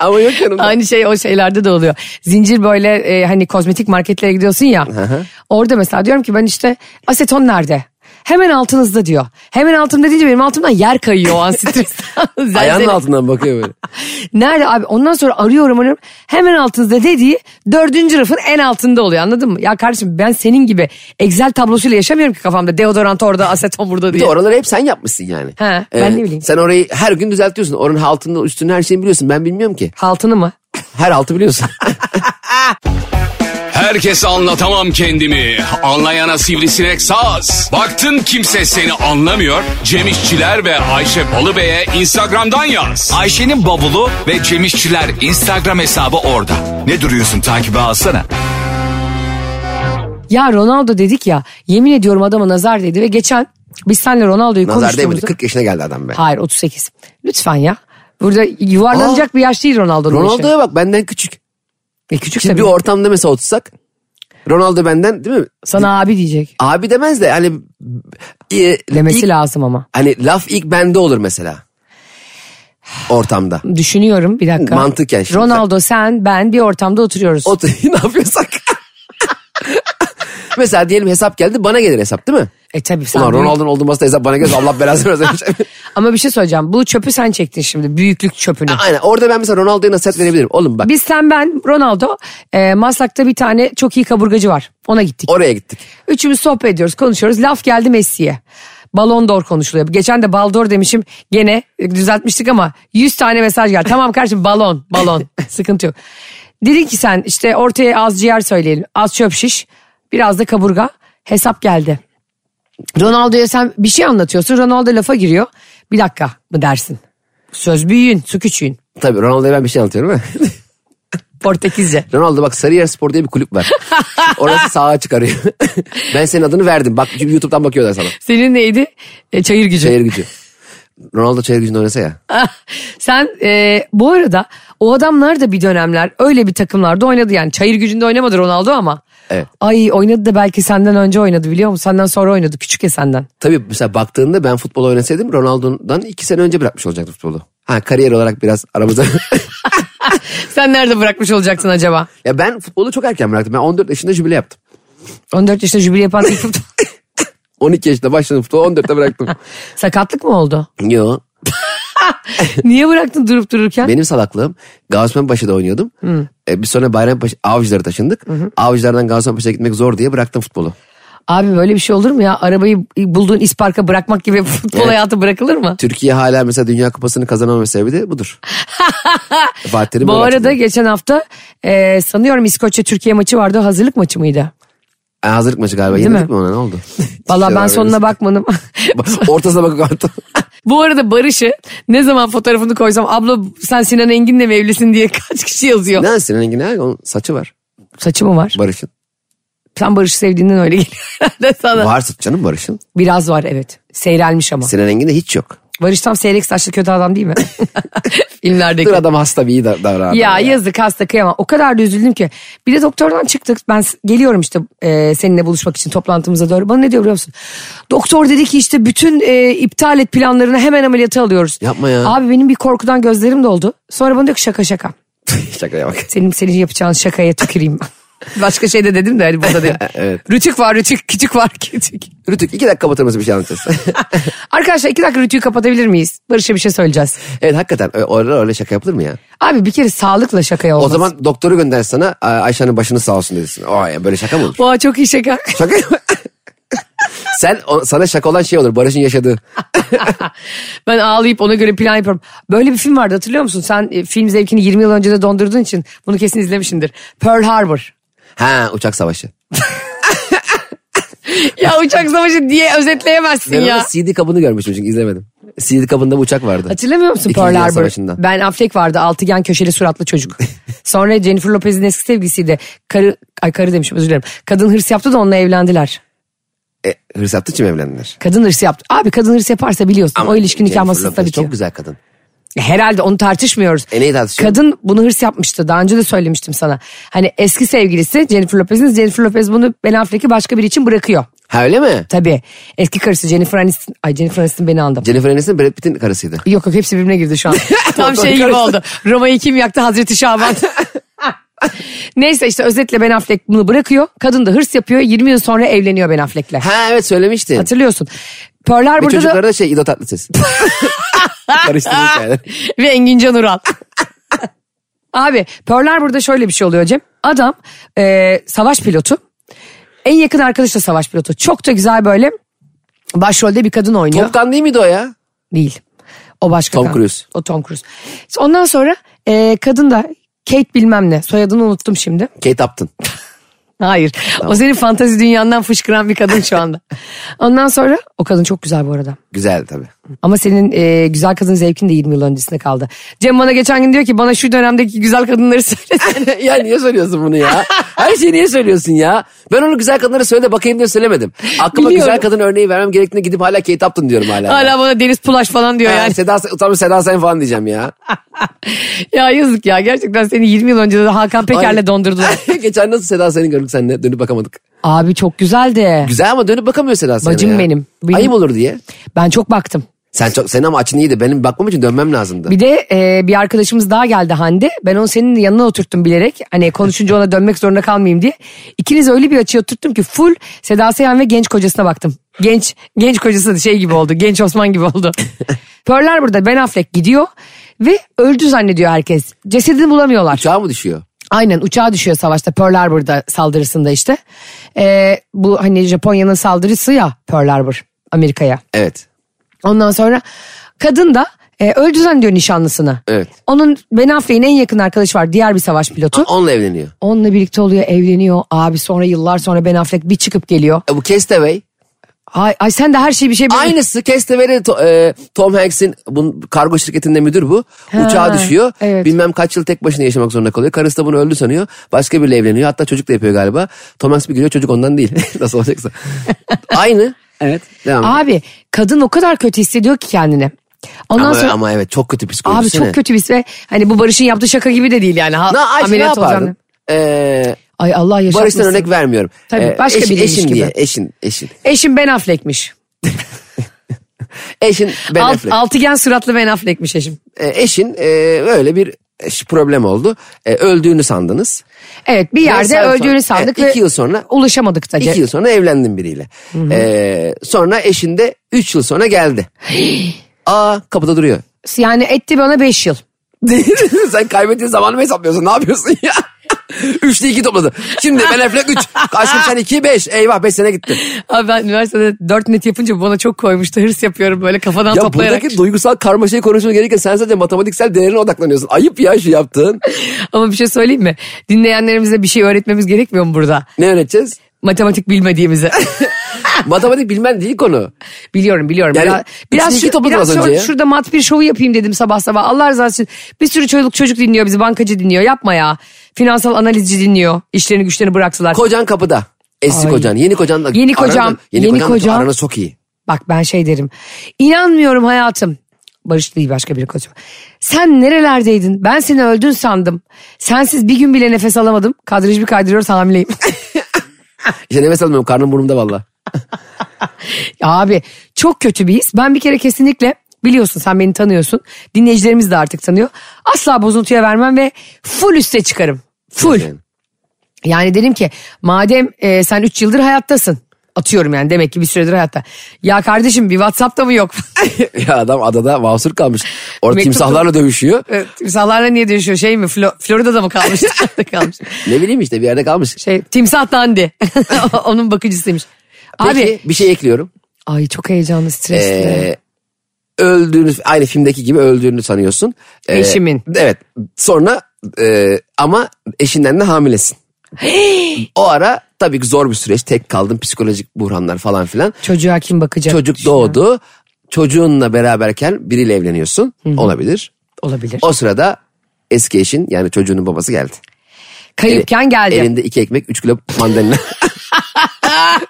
Speaker 3: ama yok yanımda.
Speaker 2: Aynı şey o şeylerde de oluyor. Zincir böyle e, hani kozmetik marketlere gidiyorsun ya. Orada mesela diyorum ki ben işte aseton nerede? Hemen altınızda diyor. Hemen altımda deyince benim altımdan yer kayıyor o an stresten. Zelzele.
Speaker 3: Ayağının altından bakıyor böyle.
Speaker 2: Nerede abi? Ondan sonra arıyorum arıyorum. Hemen altınızda dediği dördüncü rafın en altında oluyor anladın mı? Ya kardeşim ben senin gibi Excel tablosuyla yaşamıyorum ki kafamda. Deodorant orada aseton burada
Speaker 3: Bir de
Speaker 2: diye.
Speaker 3: oraları hep sen yapmışsın yani. Ee,
Speaker 2: He, ben ne bileyim.
Speaker 3: Sen orayı her gün düzeltiyorsun. Oranın altını üstünü her şeyi biliyorsun. Ben bilmiyorum ki.
Speaker 2: Altını mı?
Speaker 3: Her altı biliyorsun.
Speaker 4: Herkese anlatamam kendimi. Anlayana sivrisinek saz. Baktın kimse seni anlamıyor. Cem İşçiler ve Ayşe Balıbey'e Instagram'dan yaz.
Speaker 1: Ayşe'nin bavulu ve Cemişçiler Instagram hesabı orada. Ne duruyorsun takibe alsana.
Speaker 2: Ya Ronaldo dedik ya yemin ediyorum adama nazar dedi ve geçen biz seninle Ronaldo'yu
Speaker 3: Nazar değmedi.
Speaker 2: konuştuğumuzda.
Speaker 3: 40 yaşına geldi adam be.
Speaker 2: Hayır 38. Lütfen ya. Burada yuvarlanacak bir yaş değil Ronaldo'nun Ronaldo...
Speaker 3: Ronaldo'ya bak benden küçük.
Speaker 2: E küçük
Speaker 3: Şimdi
Speaker 2: tabii.
Speaker 3: bir ortamda mesela otursak Ronaldo benden değil mi?
Speaker 2: Sana abi diyecek.
Speaker 3: Abi demez de hani e,
Speaker 2: Demesi
Speaker 3: ilk-
Speaker 2: lazım ama.
Speaker 3: Hani laf ilk bende olur mesela. Ortamda.
Speaker 2: Düşünüyorum bir dakika.
Speaker 3: Mantıken şimdi.
Speaker 2: Ronaldo sen ben bir ortamda oturuyoruz.
Speaker 3: O ne yapıyorsak. mesela diyelim hesap geldi bana gelir hesap değil mi?
Speaker 2: e tabii sen.
Speaker 3: Ulan
Speaker 2: büyük-
Speaker 3: Ronaldo'nun olduğu masada hesap bana gelirse Allah belasını versin.
Speaker 2: Ama bir şey söyleyeceğim. Bu çöpü sen çektin şimdi. Büyüklük çöpünü.
Speaker 3: Aynen orada ben mesela Ronaldo'ya nasihat verebilirim. Oğlum bak
Speaker 2: Biz sen ben Ronaldo e, Maslak'ta bir tane çok iyi kaburgacı var. Ona gittik.
Speaker 3: oraya gittik.
Speaker 2: Üçümüz sohbet ediyoruz, konuşuyoruz. Laf geldi Messi'ye. Balon d'Or konuşuluyor. Geçen de Baldor demişim. Gene e, düzeltmiştik ama 100 tane mesaj geldi. Tamam kardeşim balon, balon. Sıkıntı yok. Dedin ki sen işte ortaya az ciğer söyleyelim. Az çöp şiş, biraz da kaburga. Hesap geldi. Ronaldo'ya sen bir şey anlatıyorsun. Ronaldo lafa giriyor. Bir dakika mı dersin? Söz büyüyün, su küçüğün.
Speaker 3: Tabii Ronaldo'ya ben bir şey anlatıyorum. ha.
Speaker 2: Portekizce.
Speaker 3: Ronaldo bak Sarıyer Spor diye bir kulüp var. Orası sağa çıkarıyor. ben senin adını verdim. Bak çünkü YouTube'dan bakıyorlar sana.
Speaker 2: Senin neydi? E, çayır gücü.
Speaker 3: Çayır gücü. Ronaldo çayır gücünde oynasa ya.
Speaker 2: Sen e, bu arada o adamlar da bir dönemler öyle bir takımlarda oynadı yani. Çayır gücünde oynamadı Ronaldo ama.
Speaker 3: Evet.
Speaker 2: Ay oynadı da belki senden önce oynadı biliyor musun? Senden sonra oynadı küçük ya senden.
Speaker 3: Tabii mesela baktığında ben futbol oynasaydım Ronaldo'dan iki sene önce bırakmış olacaktı futbolu. Ha kariyer olarak biraz aramızda.
Speaker 2: Sen nerede bırakmış olacaksın acaba?
Speaker 3: ya ben futbolu çok erken bıraktım. Ben 14 yaşında jübile yaptım.
Speaker 2: 14 yaşında jübile yapan ilk futbol-
Speaker 3: 12 yaşında başladım futbolu 14'te bıraktım.
Speaker 2: Sakatlık mı oldu?
Speaker 3: Yo
Speaker 2: Niye bıraktın durup dururken?
Speaker 3: benim salaklığım Gaziantep'te oynuyordum. E, biz sonra Bayrampaşa Avcılar'a taşındık. Avcılardan Gaziantep'e gitmek zor diye bıraktım futbolu.
Speaker 2: Abi böyle bir şey olur mu ya? Arabayı bulduğun isparka bırakmak gibi futbol
Speaker 3: Evet.
Speaker 2: hayatı bırakılır mı?
Speaker 3: Türkiye hala mesela Dünya Kupası'nı kazanamama sebebi de budur. Fatih Terim
Speaker 2: Bu
Speaker 3: böyle
Speaker 2: arada
Speaker 3: açıkladı.
Speaker 2: geçen hafta e, sanıyorum İskoçya Türkiye maçı vardı. O hazırlık maçı mıydı?
Speaker 3: Ha, hazırlık maçı galiba. Yenildik
Speaker 2: mi?
Speaker 3: mi? ona ne oldu? Şey
Speaker 2: Valla ben sonuna bakmadım.
Speaker 3: Ortasına bakıp
Speaker 2: Bu arada Barış'ı ne zaman fotoğrafını koysam abla sen Sinan Engin'le mi evlisin diye kaç kişi yazıyor.
Speaker 3: Ne Sinan Engin ha? Onun saçı var.
Speaker 2: Saçı mı var?
Speaker 3: Barış'ın.
Speaker 2: sen Barış'ı sevdiğinden öyle geliyor herhalde sana.
Speaker 3: Var saçı canım Barış'ın.
Speaker 2: Biraz var evet. Seyrelmiş ama.
Speaker 3: Sinan Engin'de hiç yok.
Speaker 2: Barış tam seyrek saçlı kötü adam değil mi? Filmlerdeki.
Speaker 3: Dur adam hasta bir iyi da- davran.
Speaker 2: Ya yazık hasta kıyamam. O kadar da üzüldüm ki. Bir de doktordan çıktık. Ben s- geliyorum işte e, seninle buluşmak için toplantımıza doğru. Bana ne diyor biliyor musun? Doktor dedi ki işte bütün e, iptal et planlarını hemen ameliyata alıyoruz.
Speaker 3: Yapma ya.
Speaker 2: Abi benim bir korkudan gözlerim doldu. Sonra bana diyor ki şaka şaka.
Speaker 3: Şakaya bak.
Speaker 2: Senin senin yapacağın şakaya tüküreyim. Başka şey de dedim de hani burada dedim. Rütük var rütük küçük var küçük.
Speaker 3: Rütük iki dakika kapatır mısın bir şey anlatacağız.
Speaker 2: Arkadaşlar iki dakika rütüyü kapatabilir miyiz? Barış'a bir şey söyleyeceğiz.
Speaker 3: evet hakikaten ö- orada öyle şaka yapılır mı ya?
Speaker 2: Abi bir kere sağlıkla şakaya olmaz.
Speaker 3: O zaman doktoru gönder sana Ay- Ayşe'nin başını sağ olsun dedirsin. Oy böyle şaka mı olur?
Speaker 2: Oha çok iyi şaka.
Speaker 3: Şaka Sen o- sana şaka olan şey olur. Barış'ın yaşadığı.
Speaker 2: Ben ağlayıp ona göre plan yaparım. Böyle bir film vardı hatırlıyor musun? Sen e, film zevkini 20 yıl önce de dondurduğun için bunu kesin izlemişsindir. Pearl Harbor.
Speaker 3: Ha uçak savaşı.
Speaker 2: Ya uçak savaşı diye özetleyemezsin
Speaker 3: Ben onun
Speaker 2: ya.
Speaker 3: CD kabını görmüştüm çünkü izlemedim. CD kabında bir uçak vardı.
Speaker 2: Hatırlamıyor musun
Speaker 3: İkinci
Speaker 2: Pearl
Speaker 3: Dünya
Speaker 2: Harbor?
Speaker 3: Savaşı'ndan.
Speaker 2: Ben Affleck vardı altıgen köşeli suratlı çocuk. Sonra Jennifer Lopez'in eski sevgilisiydi. Karı, ay karı demişim özür dilerim. Kadın hırs yaptı da onunla evlendiler.
Speaker 3: E, hırs yaptığı için mi evlendiler?
Speaker 2: Kadın hırsı yaptı. Abi kadın hırsı yaparsa biliyorsun o ilişki nikah
Speaker 3: Jennifer
Speaker 2: masasında
Speaker 3: Lopez
Speaker 2: bitiyor.
Speaker 3: Çok güzel kadın.
Speaker 2: Herhalde onu tartışmıyoruz.
Speaker 3: E neyi tartışıyoruz?
Speaker 2: Kadın bunu hırs yapmıştı. Daha önce de söylemiştim sana. Hani eski sevgilisi Jennifer Lopez'in. Jennifer Lopez bunu Ben Affleck'i başka biri için bırakıyor.
Speaker 3: Ha öyle mi?
Speaker 2: Tabii. Eski karısı Jennifer Aniston. Ay Jennifer Aniston beni andım.
Speaker 3: Jennifer Aniston Brad Pitt'in karısıydı.
Speaker 2: Yok yok hepsi birbirine girdi şu an. Tam şey gibi oldu. Roma'yı kim yaktı Hazreti Şaban. Neyse işte özetle Ben Affleck bunu bırakıyor. Kadın da hırs yapıyor. 20 yıl sonra evleniyor Ben Affleck'le.
Speaker 3: Ha evet söylemiştin.
Speaker 2: Hatırlıyorsun. Pearl
Speaker 3: Ve
Speaker 2: Harbor'da
Speaker 3: çocukları
Speaker 2: da
Speaker 3: da şey İdo Tatlıses. Karıştırdım hikayeleri.
Speaker 2: ve Engin Can Ural. Abi Pearl Harbor'da şöyle bir şey oluyor Cem. Adam e, savaş pilotu. En yakın arkadaş da savaş pilotu. Çok da güzel böyle başrolde bir kadın oynuyor.
Speaker 3: Top Gun değil miydi o ya?
Speaker 2: Değil. O başka.
Speaker 3: Tom
Speaker 2: kan-
Speaker 3: Cruise.
Speaker 2: O Tom Cruise. Ondan sonra e, kadın da Kate bilmem ne soyadını unuttum şimdi.
Speaker 3: Kate Upton.
Speaker 2: Hayır. O senin fantazi dünyandan fışkıran bir kadın şu anda. Ondan sonra o kadın çok güzel bu arada.
Speaker 3: Güzel tabii.
Speaker 2: Ama senin e, güzel kadın zevkin de 20 yıl öncesinde kaldı. Cem bana geçen gün diyor ki bana şu dönemdeki güzel kadınları söylesene.
Speaker 3: ya niye söylüyorsun bunu ya? Her şeyi niye söylüyorsun ya? Ben onu güzel kadınlara söyle de bakayım diye söylemedim. Aklıma
Speaker 2: Biliyorum.
Speaker 3: güzel kadın örneği vermem gerektiğinde gidip hala Kate Upton diyorum hala.
Speaker 2: Hala bana Deniz Pulaş falan diyor
Speaker 3: Ha,
Speaker 2: yani.
Speaker 3: Seda, utanmış Seda Sayın falan diyeceğim ya.
Speaker 2: ya yazık ya gerçekten seni 20 yıl önce de Hakan Peker'le
Speaker 3: Ay.
Speaker 2: dondurdular.
Speaker 3: Geçen nasıl Seda Sayın'ı gördük seninle dönüp bakamadık.
Speaker 2: Abi çok güzeldi.
Speaker 3: Güzel ama dönüp bakamıyor Seda Sayın'a
Speaker 2: Bacım
Speaker 3: ya.
Speaker 2: benim, benim.
Speaker 3: Ayıp olur diye.
Speaker 2: Ben çok baktım.
Speaker 3: Sen çok senin ama açın iyiydi. Benim bakmam için dönmem lazımdı.
Speaker 2: Bir de e, bir arkadaşımız daha geldi Hande. Ben onu senin yanına oturttum bilerek. Hani konuşunca ona dönmek zorunda kalmayayım diye. İkiniz öyle bir açıya oturttum ki full Seda Sayan ve genç kocasına baktım. Genç genç kocası şey gibi oldu. Genç Osman gibi oldu. Pearl'ler burada Ben Affleck gidiyor ve öldü zannediyor herkes. Cesedini bulamıyorlar.
Speaker 3: Uçağa mı düşüyor?
Speaker 2: Aynen uçağa düşüyor savaşta Pearl Harbor'da saldırısında işte. E, bu hani Japonya'nın saldırısı ya Pearl Harbor Amerika'ya.
Speaker 3: Evet.
Speaker 2: Ondan sonra kadın da e, öldü zannediyor nişanlısını.
Speaker 3: Evet.
Speaker 2: Onun Ben Affleck'in en yakın arkadaşı var diğer bir savaş pilotu.
Speaker 3: Onunla evleniyor.
Speaker 2: Onunla birlikte oluyor evleniyor abi sonra yıllar sonra Ben Affleck bir çıkıp geliyor.
Speaker 3: E, bu Castaway.
Speaker 2: Ay, ay sen de her şeyi bir şey bil-
Speaker 3: Aynısı Castaway'de to- e, Tom Hanks'in bunun kargo şirketinde müdür bu. Uçağa düşüyor.
Speaker 2: evet.
Speaker 3: Bilmem kaç yıl tek başına yaşamak zorunda kalıyor. Karısı da bunu öldü sanıyor. Başka biriyle evleniyor. Hatta çocuk da yapıyor galiba. Tom Hanks bir geliyor çocuk ondan değil. Nasıl olacaksa. Aynı. Evet. Devam. et.
Speaker 2: Abi kadın o kadar kötü hissediyor ki kendini. Ondan
Speaker 3: ama,
Speaker 2: sonra
Speaker 3: ama evet çok kötü psikolojisi.
Speaker 2: abi
Speaker 3: ne?
Speaker 2: çok kötü bir ve hani bu Barış'ın yaptığı şaka gibi de değil yani. Ha,
Speaker 3: Ne, Ayşe, ne
Speaker 2: ameliyat olacağım.
Speaker 3: yapardın? Ee,
Speaker 2: Ay Allah yaşatmasın.
Speaker 3: Barış'tan örnek vermiyorum.
Speaker 2: Tabii, başka
Speaker 3: eş-
Speaker 2: biriymiş
Speaker 3: eşin
Speaker 2: gibi.
Speaker 3: diye. Eşin, eşin.
Speaker 2: Eşim Ben Affleck'miş.
Speaker 3: Eşin Ben
Speaker 2: Alt-
Speaker 3: Affleck.
Speaker 2: altıgen suratlı Ben Affleck'miş eşim.
Speaker 3: Ee, eşin e, öyle bir eş- problem oldu. E, öldüğünü sandınız.
Speaker 2: Evet bir
Speaker 3: Ve
Speaker 2: yerde
Speaker 3: sen-
Speaker 2: öldüğünü
Speaker 3: Evet,
Speaker 2: sandık ve
Speaker 3: iki yıl sonra-
Speaker 2: ulaşamadık da.
Speaker 3: İki yıl sonra evlendim biriyle. Ee, sonra eşin de üç yıl sonra geldi. Aa kapıda duruyor.
Speaker 2: Yani etti bana 5 yıl.
Speaker 3: Sen kaybettiğin zamanı mı hesaplıyorsun? Ne yapıyorsun ya? Üçte iki topladı. Şimdi ben Affleck üç. Aşkım sen iki beş. Eyvah beş sene gitti.
Speaker 2: Abi ben üniversitede 4 net yapınca bu bana çok koymuştu. Hırs yapıyorum böyle kafadan
Speaker 3: Ya
Speaker 2: toplayarak.
Speaker 3: buradaki duygusal karmaşayı konuşmamız gerekirken sen sadece matematiksel değerine odaklanıyorsun. Ayıp ya şu yaptığın.
Speaker 2: Ama bir şey söyleyeyim mi? Dinleyenlerimize bir şey öğretmemiz gerekmiyor mu burada?
Speaker 3: Ne öğreteceğiz?
Speaker 2: Matematik bilmediğimizi.
Speaker 3: Matematik bilmen değil konu.
Speaker 2: biliyorum biliyorum.
Speaker 3: Yani
Speaker 2: biraz biraz,
Speaker 3: ikisini
Speaker 2: şu-
Speaker 3: iki topladın
Speaker 2: biraz
Speaker 3: az önce
Speaker 2: şu-
Speaker 3: ya.
Speaker 2: şurada mat bir şovu yapayım dedim sabah sabah. Allah razı olsun. Bir sürü çocuk çocuk dinliyor bizi bankacı dinliyor. Yapma ya. Finansal analizci dinliyor. İşlerini güçlerini bıraktılar.
Speaker 3: Kocan kapıda. Eski
Speaker 2: Ay.
Speaker 3: kocan. Yeni kocan da.
Speaker 2: Yeni kocam,
Speaker 3: aranı- yeni,
Speaker 2: yeni
Speaker 3: kocan. da
Speaker 2: kocam.
Speaker 3: Aranız çok iyi.
Speaker 2: Bak ben şey derim. İnanmıyorum hayatım. Barış değil başka biri koca. Sen nerelerdeydin? Ben seni öldün sandım. Sensiz bir gün bile nefes alamadım. Kadrajı bir kaydırıyoruz hamileyim.
Speaker 3: İşte nefes almıyorum. Karnım burnumda valla.
Speaker 2: Abi çok kötü bir his. Ben bir kere kesinlikle biliyorsun sen beni tanıyorsun. Dinleyicilerimiz de artık tanıyor. Asla bozuntuya vermem ve full üste çıkarım. Full.
Speaker 3: Yani.
Speaker 2: Yani dedim ki madem e, sen 3 yıldır hayattasın. Atıyorum yani demek ki bir süredir hayatta. Ya kardeşim bir Whatsapp'ta mı yok?
Speaker 3: ya adam adada mahsur kalmış. Orada
Speaker 2: Mektup-
Speaker 3: timsahlarla dövüşüyor.
Speaker 2: Evet, Timsahlarla niye dönüşüyor şey mi? Flo- Florida'da mı kalmış? Nerede kalmış?
Speaker 3: Ne bileyim işte bir yerde kalmış.
Speaker 2: Şey, timsah Dandy. Onun bakıcısıymış.
Speaker 3: Peki
Speaker 2: Abi
Speaker 3: bir şey ekliyorum.
Speaker 2: ay çok heyecanlı stresli.
Speaker 3: Ee, öldüğünü aynı filmdeki gibi öldüğünü sanıyorsun. Ee,
Speaker 2: Eşimin.
Speaker 3: Evet. Sonra e, ama eşinden de hamilesin. o ara tabii ki zor bir süreç. Tek kaldın psikolojik buhranlar falan filan.
Speaker 2: Çocuğa kim bakacak?
Speaker 3: Çocuk
Speaker 2: Düşünün.
Speaker 3: doğdu. Çocuğunla beraberken biriyle evleniyorsun. Olabilir.
Speaker 2: Olabilir.
Speaker 3: O sırada eski eşin yani çocuğunun babası geldi.
Speaker 2: Kayıpken geldi.
Speaker 3: Elinde iki ekmek, üç kilo mandalina.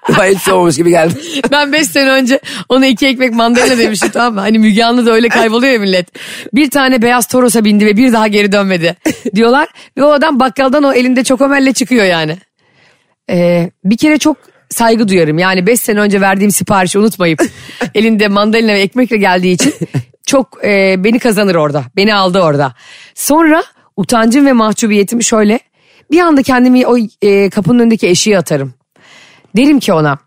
Speaker 3: Daha hiç olmamış gibi geldi.
Speaker 2: Ben 5 sene önce ona iki ekmek mandalina demiştim tamam mı? Hani Müge Anlı da öyle kayboluyor ya millet. Bir tane beyaz Toros'a bindi ve bir daha geri dönmedi diyorlar. Ve o adam bakkaldan o elinde çokomelle çıkıyor yani. Ee, bir kere çok saygı duyarım. Yani 5 sene önce verdiğim siparişi unutmayıp elinde mandalina ve ekmekle geldiği için çok e, beni kazanır orada. Beni aldı orada. Sonra utancım ve mahcubiyetim şöyle. Bir anda kendimi o e, kapının önündeki eşiğe atarım. Derim ki ona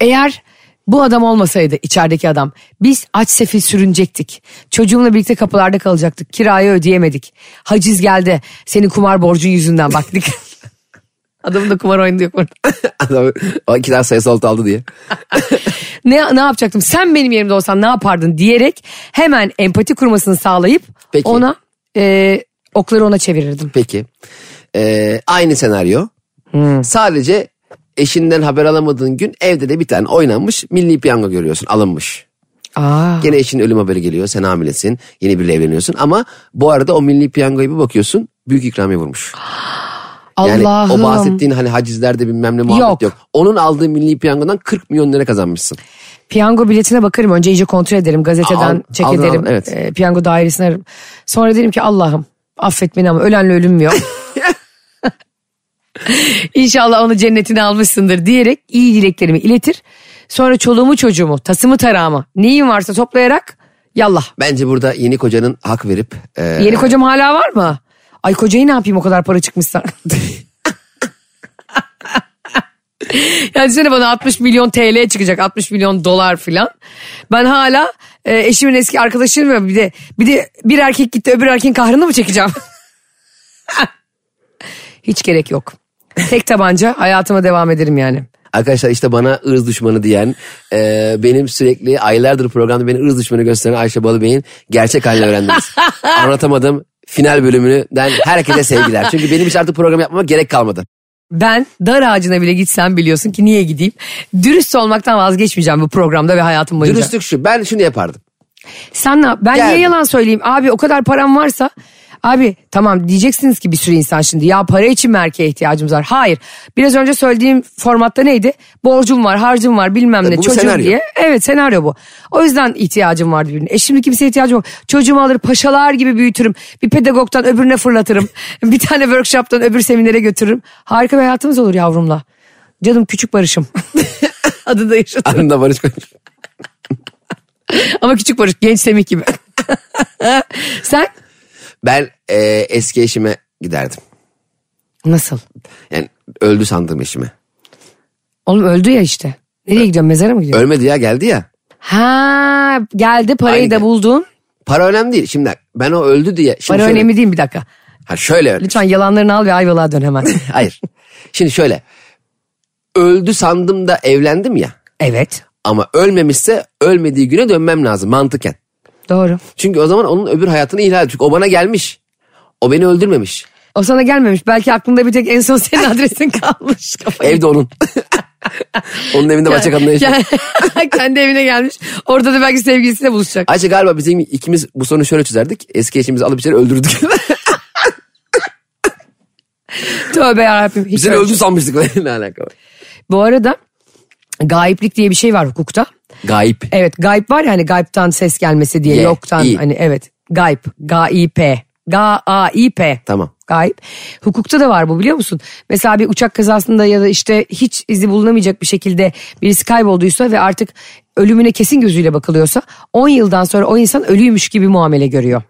Speaker 2: eğer bu adam olmasaydı içerideki adam biz aç sefil sürünecektik. Çocuğumla birlikte kapılarda kalacaktık. Kirayı ödeyemedik. Haciz geldi. Senin kumar borcun yüzünden bak. dik- Adamın da kumar oyunu yok orada.
Speaker 3: Adam o iki tane sayısı altı aldı diye.
Speaker 2: Ne, ne yapacaktım? Sen benim yerimde olsan ne yapardın diyerek hemen empati kurmasını sağlayıp
Speaker 3: Peki.
Speaker 2: ona e, okları ona çevirirdim.
Speaker 3: Peki. Ee, aynı senaryo.
Speaker 2: Hmm.
Speaker 3: Sadece eşinden haber alamadığın gün evde de bir tane oynanmış milli piyango görüyorsun alınmış.
Speaker 2: Aa,
Speaker 3: Gene eşinin ölüm haberi geliyor sen hamilesin yeni biriyle evleniyorsun ama bu arada o milli piyangoya bir bakıyorsun büyük ikramiye vurmuş. Yani
Speaker 2: Allah'ım.
Speaker 3: o bahsettiğin hani hacizlerde bilmem ne muhabbet
Speaker 2: Yok.
Speaker 3: yok. Onun aldığı milli piyangodan 40 milyon lira kazanmışsın.
Speaker 2: Piyango biletine bakarım önce iyice kontrol ederim gazeteden
Speaker 3: Al-
Speaker 2: çek
Speaker 3: aldın,
Speaker 2: ederim
Speaker 3: aldın, evet.
Speaker 2: Ee, piyango dairesine ararım. Sonra derim ki Allah'ım affet beni ama ölenle ölünmüyor. İnşallah onu cennetine almışsındır diyerek iyi dileklerimi iletir. Sonra çoluğumu çocuğumu tasımı tarağımı neyim varsa toplayarak yallah.
Speaker 3: Bence burada yeni kocanın hak verip e,
Speaker 2: Yeni kocam hala var mı? Ay kocayı ne yapayım o kadar para çıkmışsa. ya düşünsene bana 60 milyon TL çıkacak 60 milyon dolar filan. Ben hala e, eşimin eski arkadaşını ve bir de bir de bir erkek gitti öbür erkeğin kahrını mı çekeceğim? Hiç gerek yok. Tek tabanca hayatıma devam ederim yani.
Speaker 3: Arkadaşlar işte bana ırz düşmanı diyen, e, benim sürekli aylardır programda beni ırz düşmanı gösteren Ayşe Balıbey'in gerçek halini öğrendiniz. Anlatamadım final bölümünden herkese sevgiler. Çünkü benim hiç artık program yapmama gerek kalmadı.
Speaker 2: Ben dar ağacına bile gitsem biliyorsun ki niye gideyim. Dürüst olmaktan vazgeçmeyeceğim bu programda ve hayatım boyunca.
Speaker 3: Dürüstlük şu ben şunu yapardım.
Speaker 2: Sen ne yap- Ben niye
Speaker 3: Geldim.
Speaker 2: yalan söyleyeyim? Abi o kadar param varsa... Abi tamam diyeceksiniz ki bir sürü insan şimdi ya para için mi erkeğe ihtiyacımız var? Hayır. Biraz önce söylediğim formatta neydi? Borcum var, harcım var bilmem ne
Speaker 3: E, bu bir
Speaker 2: çocuğum
Speaker 3: senaryo.
Speaker 2: diye. Evet senaryo bu. O yüzden ihtiyacım vardı birine. E şimdi kimseye ihtiyacım yok. Çocuğumu alır paşalar gibi büyütürüm. Bir pedagogtan öbürüne fırlatırım. bir tane workshoptan öbür seminere götürürüm. Harika bir hayatımız olur yavrumla. Canım küçük barışım. Adı da yaşatır.
Speaker 3: Anında Barış koymuş.
Speaker 2: Ama küçük barış genç Semih gibi. Sen
Speaker 3: Ben e, eski eşime giderdim.
Speaker 2: Nasıl?
Speaker 3: Yani öldü sandığım eşime.
Speaker 2: Oğlum öldü ya işte. Nereye gidiyorsun? Mezara mı gidiyorsun?
Speaker 3: Ölmedi ya geldi ya.
Speaker 2: Ha geldi parayı
Speaker 3: Aynen.
Speaker 2: da buldun.
Speaker 3: Para önemli değil. Şimdi ben o öldü diye. Şimdi
Speaker 2: Para
Speaker 3: şöyle-
Speaker 2: önemli değil mi? bir dakika.
Speaker 3: Ha şöyle öyle.
Speaker 2: Lütfen yalanlarını al ve Ayvalık'a dön hemen.
Speaker 3: Hayır. Şimdi şöyle. Öldü sandım da evlendim ya.
Speaker 2: evet.
Speaker 3: Ama ölmemişse ölmediği güne dönmem lazım mantıken.
Speaker 2: Doğru.
Speaker 3: Çünkü o zaman onun öbür hayatını ihlal Çünkü o bana gelmiş. O beni öldürmemiş.
Speaker 2: O sana gelmemiş. Belki aklında bir tek en son senin adresin kalmış. Kafayı-
Speaker 3: Evde onun. onun evinde başka kadınla yaşıyor.
Speaker 2: Kendi evine gelmiş. Orada da belki sevgilisiyle buluşacak.
Speaker 3: Ayşe galiba bizim ikimiz bu sorunu şöyle çözerdik. Eski eşimizi alıp içeri öldürdük.
Speaker 2: Tövbe yarabbim. Hiç
Speaker 3: Bizi
Speaker 2: öyle- şey
Speaker 3: öldü sanmıştık. ne alaka var?
Speaker 2: Bu arada gayiplik diye bir şey var hukukta.
Speaker 3: Gayip.
Speaker 2: Evet gayb var ya hani gaybtan ses gelmesi diye
Speaker 3: Ye,
Speaker 2: yoktan
Speaker 3: iyi.
Speaker 2: hani evet gayb G-I-P G-A-I-P
Speaker 3: Tamam.
Speaker 2: Gayb. Hukukta da var bu biliyor musun? Mesela bir uçak kazasında ya da işte hiç izi bulunamayacak bir şekilde birisi kaybolduysa ve artık ölümüne kesin gözüyle bakılıyorsa 10 yıldan sonra o insan ölüymüş gibi muamele görüyor.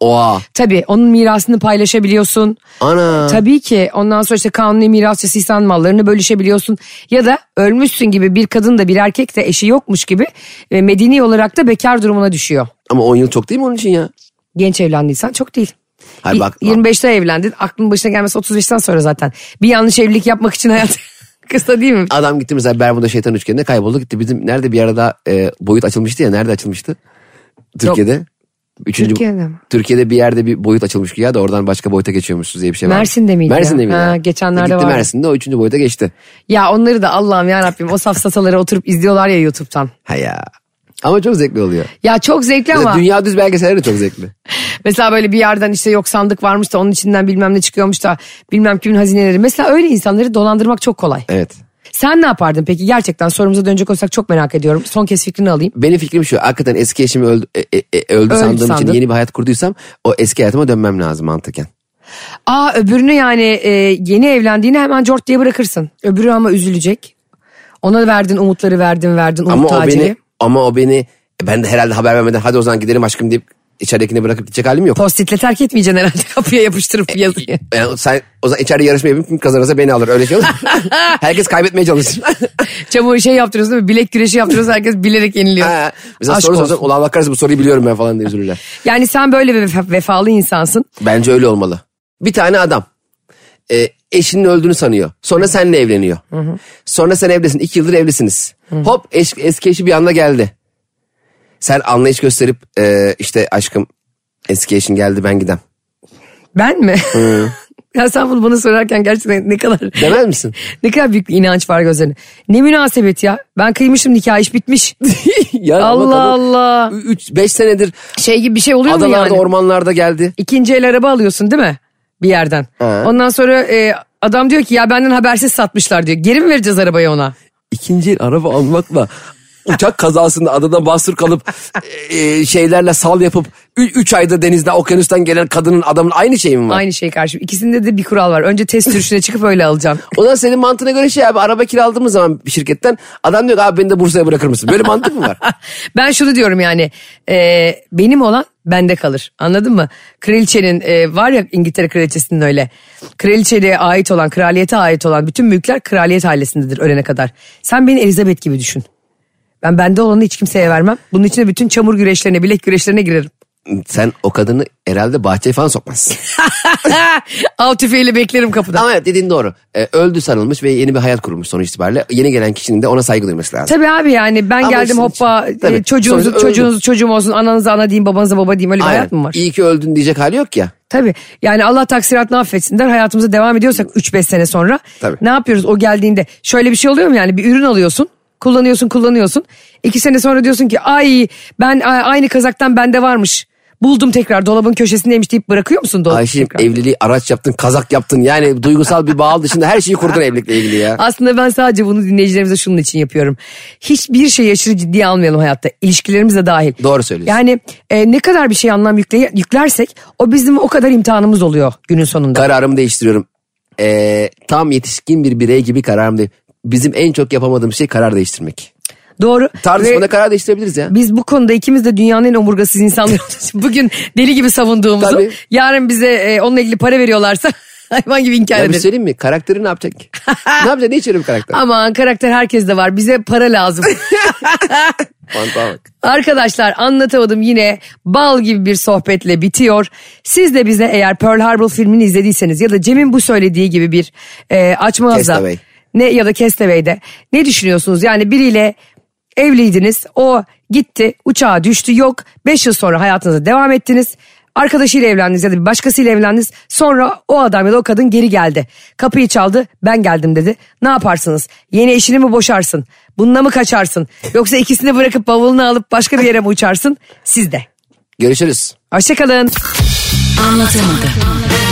Speaker 3: Oha.
Speaker 2: Tabii onun mirasını paylaşabiliyorsun.
Speaker 3: Ana.
Speaker 2: Tabii ki ondan sonra işte kanuni mirasçısıysan mallarını bölüşebiliyorsun. Ya da ölmüşsün gibi bir kadın da bir erkek de eşi yokmuş gibi e, medeni olarak da bekar durumuna düşüyor.
Speaker 3: Ama 10 yıl çok değil mi onun için ya?
Speaker 2: Genç evlendiysen çok değil.
Speaker 3: Hayır,
Speaker 2: Y-
Speaker 3: bak-
Speaker 2: 25'te evlendin aklın başına gelmesi 35'ten sonra zaten. Bir yanlış evlilik yapmak için hayat Kısa değil mi?
Speaker 3: Adam gitti mesela Bermuda şeytan üçgenine kayboldu gitti. Bizim nerede bir ara daha e, boyut açılmıştı ya nerede açılmıştı? Türkiye'de. Üçüncü,
Speaker 2: Türkiye'de mi?
Speaker 3: Türkiye'de bir yerde bir boyut açılmış ya da oradan başka boyuta geçiyormuşsunuz diye bir şey var.
Speaker 2: Mersin'de miydi ya?
Speaker 3: Mersin'de miydi?
Speaker 2: Ha, geçenlerde
Speaker 3: Gitti
Speaker 2: vardı.
Speaker 3: Mersin'de o üçüncü boyuta geçti.
Speaker 2: Ya onları da Allah'ım ya Rabbim o safsataları oturup izliyorlar ya YouTube'dan.
Speaker 3: Ha ya. Ama çok zevkli oluyor.
Speaker 2: Ya çok zevkli
Speaker 3: Mesela
Speaker 2: ama
Speaker 3: Dünya düz belgeselleri de çok zevkli.
Speaker 2: mesela böyle bir yerden işte yok sandık varmış da onun içinden bilmem ne çıkıyormuş da bilmem kimin hazineleri. Mesela öyle insanları dolandırmak çok kolay.
Speaker 3: Evet.
Speaker 2: Sen ne yapardın peki? Gerçekten sorumuza dönecek olsak çok merak ediyorum. Son kez fikrini alayım.
Speaker 3: Benim fikrim şu. Hakikaten eski eşimi öldü, e, e, e, öldü, sandığım
Speaker 2: sandın.
Speaker 3: için yeni bir hayat kurduysam o eski hayatıma dönmem lazım mantıken.
Speaker 2: Aa öbürünü yani e, yeni evlendiğini hemen cort diye bırakırsın. Öbürü ama üzülecek. Ona verdin umutları verdin verdin umut
Speaker 3: Ama o
Speaker 2: taciri.
Speaker 3: beni ama o beni e, ben de herhalde haber vermeden hadi o zaman gidelim aşkım deyip içeridekini bırakıp gidecek halim yok.
Speaker 2: Postitle terk etmeyeceksin herhalde kapıya yapıştırıp yazıyı.
Speaker 3: Yani sen o zaman içeride yarışma yapayım kim kazanırsa beni alır öyle şey olur. Herkes kaybetmeye çalışır.
Speaker 2: Çabuğu şey yaptırıyorsun değil mi? Bilek güreşi yaptırıyorsun herkes bilerek yeniliyor.
Speaker 3: Ha, Mesela
Speaker 2: Aşk
Speaker 3: soru
Speaker 2: olsun.
Speaker 3: sorsan ulan bakarız bu soruyu biliyorum ben falan diye üzülürler.
Speaker 2: Yani sen böyle bir vefa- vefalı insansın.
Speaker 3: Bence öyle olmalı. Bir tane adam e, eşinin öldüğünü sanıyor. Sonra seninle evleniyor. Sonra sen evlisin. iki yıldır evlisiniz. Hop eş- eski eşi bir anda geldi. Sen anlayış gösterip e, işte aşkım eski eşin geldi ben gidem.
Speaker 2: Ben mi? ya sen bunu bana sorarken gerçekten ne kadar
Speaker 3: Demez misin?
Speaker 2: ne kadar büyük bir inanç var gözlerinde. Ne münasebet ya. Ben kıymışım nikah iş bitmiş.
Speaker 3: Ya ama
Speaker 2: Allah
Speaker 3: kadın-
Speaker 2: Allah.
Speaker 3: 3-5 senedir
Speaker 2: Şey gibi bir şey oluyor mu
Speaker 3: adalarda
Speaker 2: yani?
Speaker 3: ormanlarda geldi.
Speaker 2: İkinci el araba alıyorsun değil mi? Bir yerden.
Speaker 3: He.
Speaker 2: Ondan sonra e, adam diyor ki ya benden habersiz satmışlar diyor. Geri mi vereceğiz arabayı ona?
Speaker 3: İkinci el araba almakla uçak kazasında adada bastır kalıp e, şeylerle sal yapıp 3 ayda denizde okyanustan gelen kadının adamın aynı şey mi var?
Speaker 2: Aynı şey karşı. İkisinde de bir kural var. Önce test sürüşüne çıkıp öyle alacaksın.
Speaker 3: O da senin mantığına göre şey abi araba kiraladığımız zaman bir şirketten adam diyor ki abi beni de Bursa'ya bırakır mısın? Böyle mantık mı var?
Speaker 2: Ben şunu diyorum yani e, benim olan bende kalır anladın mı? Kraliçenin e, var ya İngiltere kraliçesinin öyle kraliçeliğe ait olan kraliyete ait olan bütün mülkler kraliyet ailesindedir ölene kadar. Sen beni Elizabeth gibi düşün. Ben bende olanı hiç kimseye vermem. Bunun içine bütün çamur güreşlerine bilek güreşlerine girerim.
Speaker 3: Sen o kadını herhalde bahçeye falan sokmazsın.
Speaker 2: Av tüfeğiyle beklerim kapıda.
Speaker 3: Ama evet dediğin doğru. Ee, öldü sanılmış ve yeni bir hayat kurmuş sonuç itibariyle. Yeni gelen kişinin de ona saygı duyması lazım.
Speaker 2: Tabii abi yani ben
Speaker 3: Ama
Speaker 2: geldim
Speaker 3: işin
Speaker 2: hoppa
Speaker 3: içi- tabii.
Speaker 2: e, çocuğunuzu,
Speaker 3: Sonuçta
Speaker 2: çocuğunuzu
Speaker 3: öldüm.
Speaker 2: çocuğum olsun ananıza ana diyeyim babanıza baba diyeyim öyle bir
Speaker 3: Aynen.
Speaker 2: hayat mı var?
Speaker 3: İyi ki öldün diyecek hali yok ya.
Speaker 2: Tabii yani Allah taksiratını affetsin der hayatımıza devam ediyorsak 3-5 sene sonra
Speaker 3: Tabii.
Speaker 2: ne yapıyoruz o geldiğinde şöyle bir şey oluyor mu yani bir ürün alıyorsun kullanıyorsun kullanıyorsun 2 sene sonra diyorsun ki ay ben a- aynı kazaktan bende varmış buldum tekrar dolabın köşesindeymiş deyip bırakıyor musun dolabı
Speaker 3: Ayşe'cim
Speaker 2: tekrar?
Speaker 3: evliliği araç yaptın, kazak yaptın. Yani duygusal bir bağ dışında her şeyi kurdun evlilikle ilgili ya.
Speaker 2: Aslında ben sadece bunu dinleyicilerimize şunun için yapıyorum. Hiçbir şeyi aşırı ciddiye almayalım hayatta. İlişkilerimiz de dahil.
Speaker 3: Doğru söylüyorsun.
Speaker 2: Yani e, ne kadar bir şey anlam yükle, yüklersek o bizim o kadar imtihanımız oluyor günün sonunda.
Speaker 3: Kararımı değiştiriyorum. Ee, tam yetişkin bir birey gibi kararımı değil. Bizim en çok yapamadığımız şey karar değiştirmek.
Speaker 2: Doğru. Ve-
Speaker 3: Tartışmada karar değiştirebiliriz ya.
Speaker 2: Biz bu konuda ikimiz de dünyanın en omurgasız insanları olduğumuz için Bugün deli gibi savunduğumuzu
Speaker 3: Tabii.
Speaker 2: yarın bize e, onunla ilgili para veriyorlarsa hayvan gibi inkar
Speaker 3: Ya bir şey-
Speaker 2: ederiz.
Speaker 3: söyleyeyim mi? Karakteri ne yapacak? ne yapacak? Ne içeriyor bu karakter?
Speaker 2: Aman karakter herkeste var bize para lazım.
Speaker 3: Mantığa bak.
Speaker 2: Arkadaşlar anlatamadım yine bal gibi bir sohbetle bitiyor. Siz de bize eğer Pearl Harbor filmini izlediyseniz ya da Cem'in bu söylediği gibi bir e, açma hızla
Speaker 3: Castaway.
Speaker 2: ne ya da Castaway'de ne düşünüyorsunuz? Yani biriyle evliydiniz o gitti uçağa düştü yok 5 yıl sonra hayatınıza devam ettiniz. Arkadaşıyla evlendiniz ya da bir başkasıyla evlendiniz. Sonra o adam ya da o kadın geri geldi. Kapıyı çaldı ben geldim dedi. Ne yaparsınız? Yeni eşini mi boşarsın? Bununla mı kaçarsın? Yoksa ikisini bırakıp bavulunu alıp başka bir yere mi uçarsın? Siz de.
Speaker 3: Görüşürüz.
Speaker 2: Hoşçakalın.
Speaker 5: Anlatamadım.